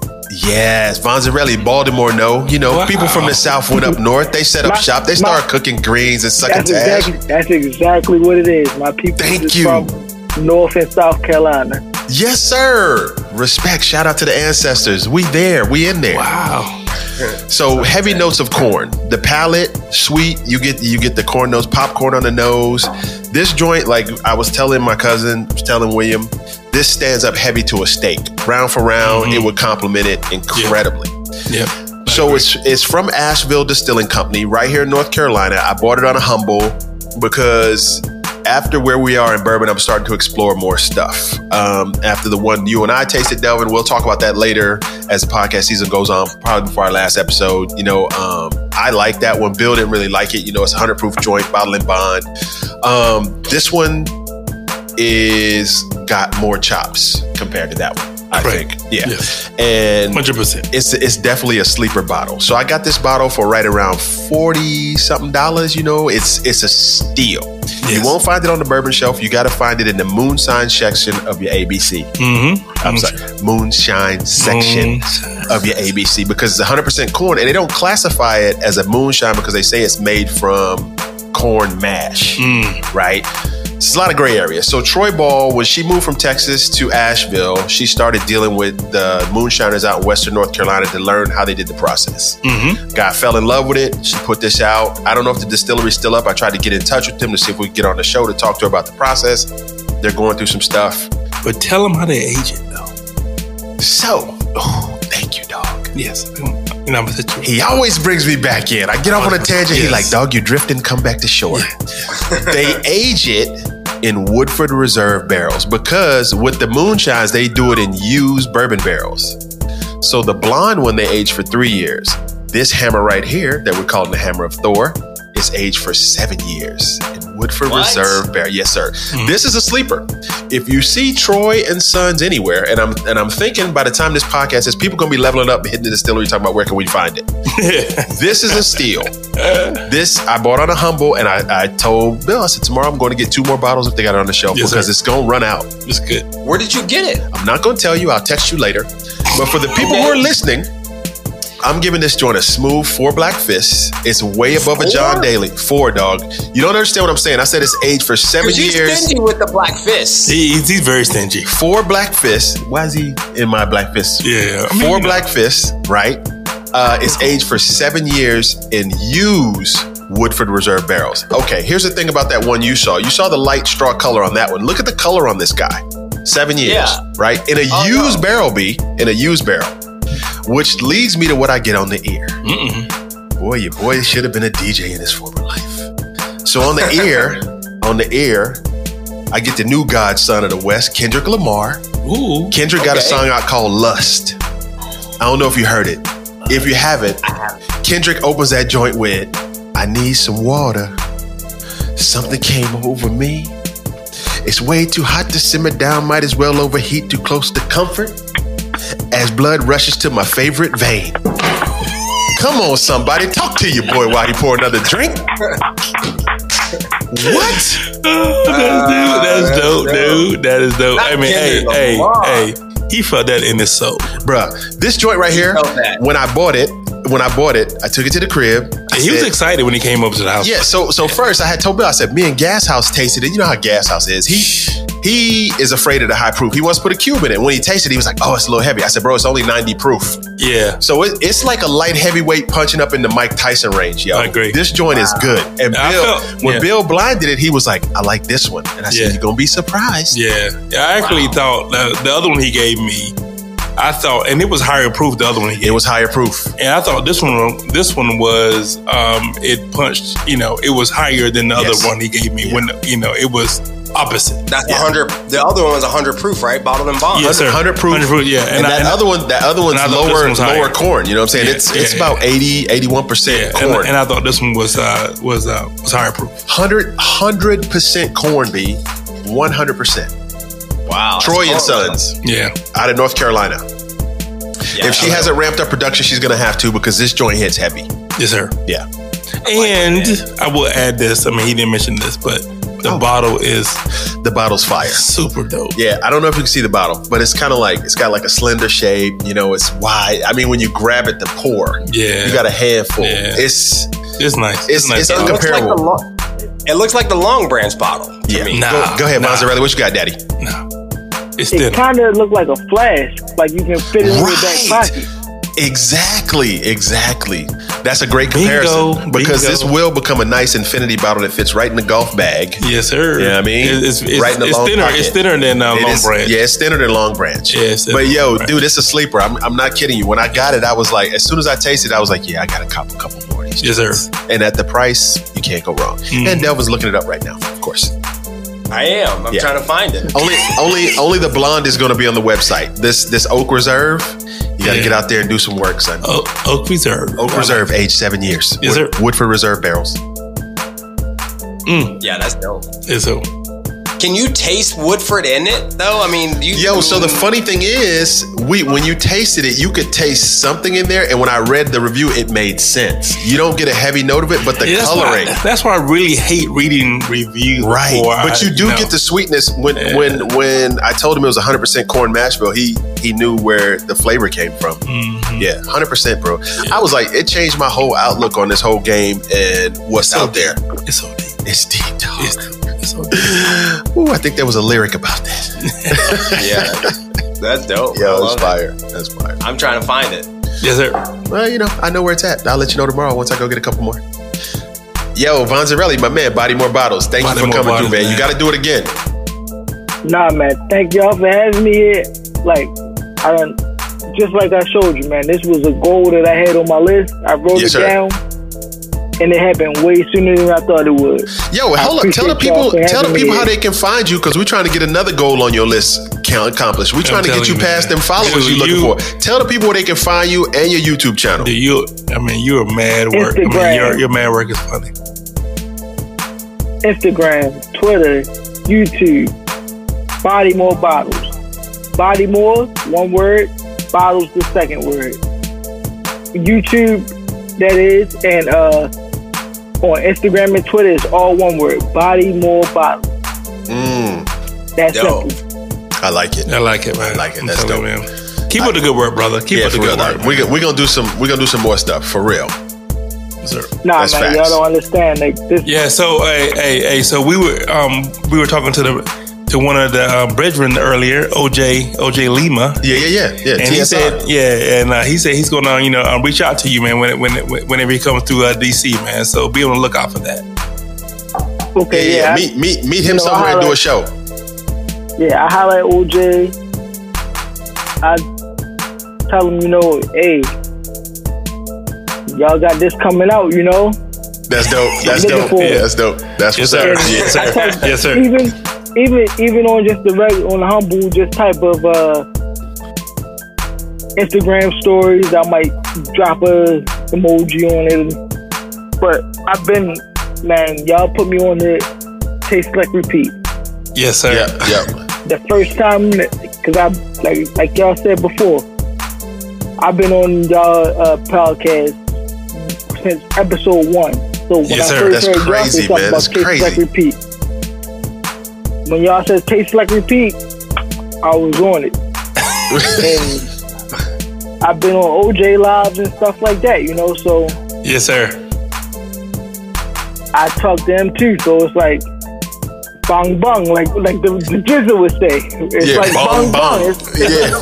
Yes, Vonzarelli, Baltimore, no. You know, Wow. people from the South went up north. They set up My- shop. They my- started cooking greens and That's succotash. exactly, that's exactly what it is. My people Thank is you. from North and South Carolina. Yes, sir. Respect. Shout out to the ancestors. We there. We in there. Wow. So heavy notes of corn. The palate, sweet. You get you get the corn nose, popcorn on the nose. This joint, like I was telling my cousin, was telling William, this stands up heavy to a steak. Round for round, Mm-hmm. it would complement it incredibly. Yep. So it's it's from Asheville Distilling Company right here in North Carolina. I bought it on a humble because after where we are in bourbon, I'm starting to explore more stuff. Um, after the one you and I tasted, Delvin, we'll talk about that later as the podcast season goes on, probably before our last episode. You know, um, I like that one. Bill didn't really like it. You know, it's a 100 proof joint, bottle and bond. Um, this one is got more chops compared to that one, I Right. think. Yeah. Yes. And Hundred percent. it's it's definitely a sleeper bottle. So I got this bottle for right around forty something dollars. You know, it's it's a steal. You Yes. won't find it on the bourbon shelf. You got to find it in the moonshine section of your ABC. Mm-hmm. I'm sorry, moonshine section of your ABC because it's 100% corn, and they don't classify it as a moonshine because they say it's made from corn mash Mm. right? It's a lot of gray areas. So Troy Ball, when she moved from Texas to Asheville, she started dealing with the moonshiners out in Western North Carolina to learn how they did the process. Mm-hmm. Guy fell in love with it. She put this out. I don't know if the distillery's still up. I tried to get in touch with them to see if we could get on the show to talk to her about the process. They're going through some stuff. But tell them how they age it though. So, [SIGHS] oh, thank you, dog. Yes. [LAUGHS] And I'm gonna set you. He always brings me back in. I get off on a tangent. He Yes. like, dog, you drifting, come back to shore. [LAUGHS] they age it in Woodford Reserve barrels because with the moonshines, they do it in used bourbon barrels. So the blonde one they age for three years. This hammer right here that we're calling the hammer of Thor is aged for seven years in Woodford What? Reserve barrel. Yes, sir. This is a sleeper. If you see Troy and Sons anywhere, and I'm and I'm thinking by the time this podcast is, people gonna be leveling up, hitting the distillery, talking about where can we find it. This is a steal. this I bought on a humble, and I, I told Bill, I said tomorrow I'm going to get two more bottles if they got it on the shelf Yes, because sir. it's gonna run out. [LAUGHS] It's good. Where did you get it? I'm not gonna tell you. I'll text you later. But for the people who are listening. I'm giving this joint a smooth four black fists. It's way above a John Four? Daly. Four, dog. You don't understand what I'm saying. I said it's aged for seven Because you years. stingy with the black fist. He, he's very stingy. four black fists. Why is he in my black fist? Yeah. I mean, Four you know, black fists, right? Uh, it's aged for seven years in used Woodford Reserve barrels. Okay, here's the thing about that one you saw. You saw the light straw color on that one. Look at the color on this guy. Seven years, Yeah. right? In a Oh, no. used barrel, B, in a used barrel, which leads me to what I get on the ear. Mm-mm. Boy, your boy should have been a DJ in his former life. So on the [LAUGHS] ear, on the ear, I get the new godson of the West, Kendrick Lamar. [LAUGHS] Ooh. Kendrick got a Okay. song out called Lust. I don't know if you heard it. If you haven't, Kendrick opens that joint with, I need some water. Something came over me. It's way too hot to simmer down, might as well overheat too close to comfort. As blood rushes to my favorite vein. Come on, somebody, talk to your boy while he pour another drink. What? Oh, that's that's dope, dope. dude. That's dope, dude. That is dope. Not I mean, hey, Kendrick hey, Lamar. hey. He felt that in his soul. Bruh, this joint right here, felt that. when I bought it, when I bought it, I took it to the crib. I he was said- excited when he came up to the house. Yeah, so so first I had told Bill, I said, me and Gas House tasted it. You know how Gas House is. He he is afraid of the high proof. He wants to put a cube in it. When he tasted it, he was like, oh, it's a little heavy. I said, bro, it's only 90 proof. Yeah. So it, it's like a light heavyweight punching up in the Mike Tyson range, yo. I agree. This joint is good. And I Bill, felt- when yeah. Bill blinded it, he was like, I like this one. And I said, Yeah. you're going to be surprised. Yeah, yeah. I actually thought the, the other one he gave me, I thought, and it was higher proof. The other one he It gave, was higher proof. and I thought this one, this one was, um, it punched. You know, it was higher than the Yes. other one he gave me. When you know, it was opposite. That's the hundred. The other one was hundred proof, right? Bottled and bond. Yes, sir. 100 proof. yeah, and, And, I, that and I- other one, that other one's I thought this lower, one's higher. lower corn. You know what I'm saying? Yeah, it's yeah, it's yeah. about 80, 81% yeah, corn. and, and I thought this one was uh, was uh, was higher proof. 100 percent corn B, one hundred percent. Wow. that's Troy and horrible. Sons Yeah, out of North Carolina. Yeah. if she hasn't ramped up production, she's gonna have to because this joint hits heavy. yes, sir. Yeah, And I will add this. I mean, he didn't mention this, but the Oh. bottle is the bottle's fire. super dope. Yeah, I don't know if you can see the bottle, but it's kind of like it's got like a slender shape. You know, it's wide. I mean, when you grab it, the pour, Yeah, you got a handful. Yeah. It's it's nice. it's- nice. it's It looks like Comparable. the long. It looks like the long branch bottle. to yeah. me. Nah, go, go ahead, nah. Mazzarelli. What you got, Daddy? no, it's thin. It kind of looked like a flask, like you can fit it in your back Right. pocket. Exactly, exactly. That's a great comparison Bingo, because bingo. this will become a nice infinity bottle that fits right in the golf bag. Yes, sir. You know what I mean? it's, it's, Right in the it's long thinner. pocket. It's thinner than uh, It long is- bread. Yeah, it's thinner than Long Branch. Yeah, it's thinner but than yo, Long Branch. dude, it's a sleeper. I'm, I'm not kidding you. When I got it, I was like, as soon as I tasted, it, I was like, yeah, I got a couple, couple more of these. Yes, sir. Hmm. And at the price, you can't go wrong. And Delvin's looking it up right now, of course. I am. I'm Yeah. trying to find it. Only, only, only the blonde is going to be on the website. This, this Oak Reserve, you got to Yeah. get out there and do some work, son. Oak, Oak Reserve. Oak Reserve, age seven years. Yes, sir. Woodford Reserve barrels. Mm, Yeah, that's dope. it's oak. Can you taste Woodford in it though? I mean, you. Yo, so the funny thing is, we when you tasted it, you could taste something in there, and when I read the review, it made sense. You don't get a heavy note of it, but the Yeah, that's coloring, Why, that's why I really hate reading reviews. right? before I- But you do know. get the sweetness when Yeah. when when I told him it was 100 percent corn mash bill. He he knew where the flavor came from. Mhm. Yeah, 100 percent, bro. I was like, it changed my whole outlook on this whole game and what's So out there. It's so deep. It's deep, dog. It's deep. It's so deep. Ooh, I think there was a lyric about that. Yeah, that's dope. I Yo, love it's it. fire. That's fire. I'm trying to find it. Yes, sir. Well, you know, I know where it's at. I'll let you know tomorrow once I go get a couple more. Yo, Vonzarelli, my man, Body More Bottles. Thank Body you for More coming Bottles, through, man. You man. got to do it again. Nah, man. Thank y'all for having me here. Like, I done, just like I showed you, man. This was a goal that I had on my list. I wrote Yes, it sir. down, and it happened way sooner than I thought it would. Yo, I hold up. Tell the appreciate y'all people, for tell the having me people here. how they can find you because we're trying to get another goal on your list count accomplished. We're trying to get telling you you, past man. them followers Dude, you're looking you- for. Tell the people where they can find you and your YouTube channel. Dude, you, I mean, you're a mad work. I Instagram. mean, your, your mad work is funny. Instagram, Twitter, YouTube, Body More Bottles. Body More, one word, bottles the second word. YouTube, that is, and uh, on Instagram and Twitter, it's all one word, Body More Bottles. Mm, That's Yo. simple. I like it. I like it, man. I like it. I'm That's telling dope. you, man. Keep up the good work, brother. Keep Yeah, up the for good real. work. Like, we're, gonna- we're gonna do some. We're gonna do some more stuff for real. Nah, That's man, facts. y'all don't understand. Like this, Yeah. So, hey, hey, hey. So we were um we were talking to the to one of the uh, brethren earlier, OJ OJ Lima, Yeah, yeah, yeah, yeah. and he TSR. said, yeah, and uh, he said he's gonna you know um, reach out to you, man, when it, when it, whenever he comes through uh, DC, man. So be on the lookout for that. yeah, okay, yeah, yeah, I- Meet, meet, meet him know, somewhere and holla- do a show. Yeah, I highlight OJ. I tell him, you know, hey, y'all got this coming out, you know. That's dope. That's Looking dope. forward. Yeah, That's dope. That's what's up. Yeah. Yes, sir. yes, sir. Even even even on just the regular on the humble just type of uh Instagram stories, I might drop a emoji on it. But I've been man, y'all put me on the taste like repeat. Yes, sir. Yep, yep. the first time because I like like y'all said before, I've been on y'all uh, podcast since episode one. So when Yes, I sir. first That's heard y'all crazy, say something man. about That's taste like crazy. repeat, when y'all said taste like repeat, I was on it, [LAUGHS] and I've been on OJ lives and stuff like that, you know. So Yes, sir. I talk to them too. So it's like. Bong bong, like like the, the Jizzle would say. It's Yeah, like bong, bong bong. bong. It's, yeah.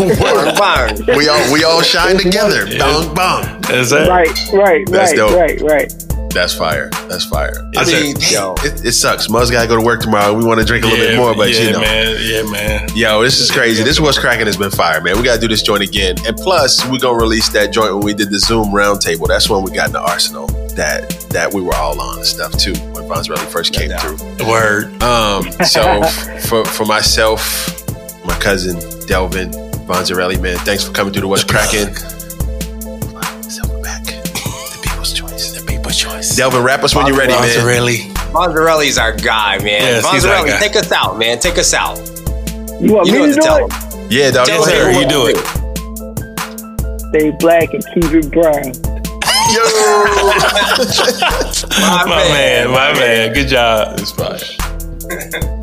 Fine. we all we all shine together. Bong bong. Yes, sir. Right, right, That's right, dope. right, right. That's fire. That's fire. I Yes, sir. mean, Yo. it, it sucks. Muzz gotta go to work tomorrow. We want to drink a little bit more, but yeah, you know. man. Yeah, man. Yo, this is crazy. This what's cracking has been fire, man. We gotta do this joint again, and plus, we gonna release that joint when we did the Zoom roundtable. That's when we got in the arsenal that that we were all on and stuff too when Bonzarelli first came doubt. through. Word. Um, so for for myself, my cousin Delvin Bonzarelli, man, thanks for coming through to What's Cracking. Silverback, the people's choice, the people's choice. Delvin, wrap us when you're ready, man. Mozzarella. Bonzarelli's our guy, man. Yes, he's our guy. Bonzarelli, take us out, man. Take us out. You want You know what me to to do tell it? him. Yeah, dog. Tell Yo, him. Sir, you do it. Stay black and keep it brown. My My man, my man. Good job. It's fire.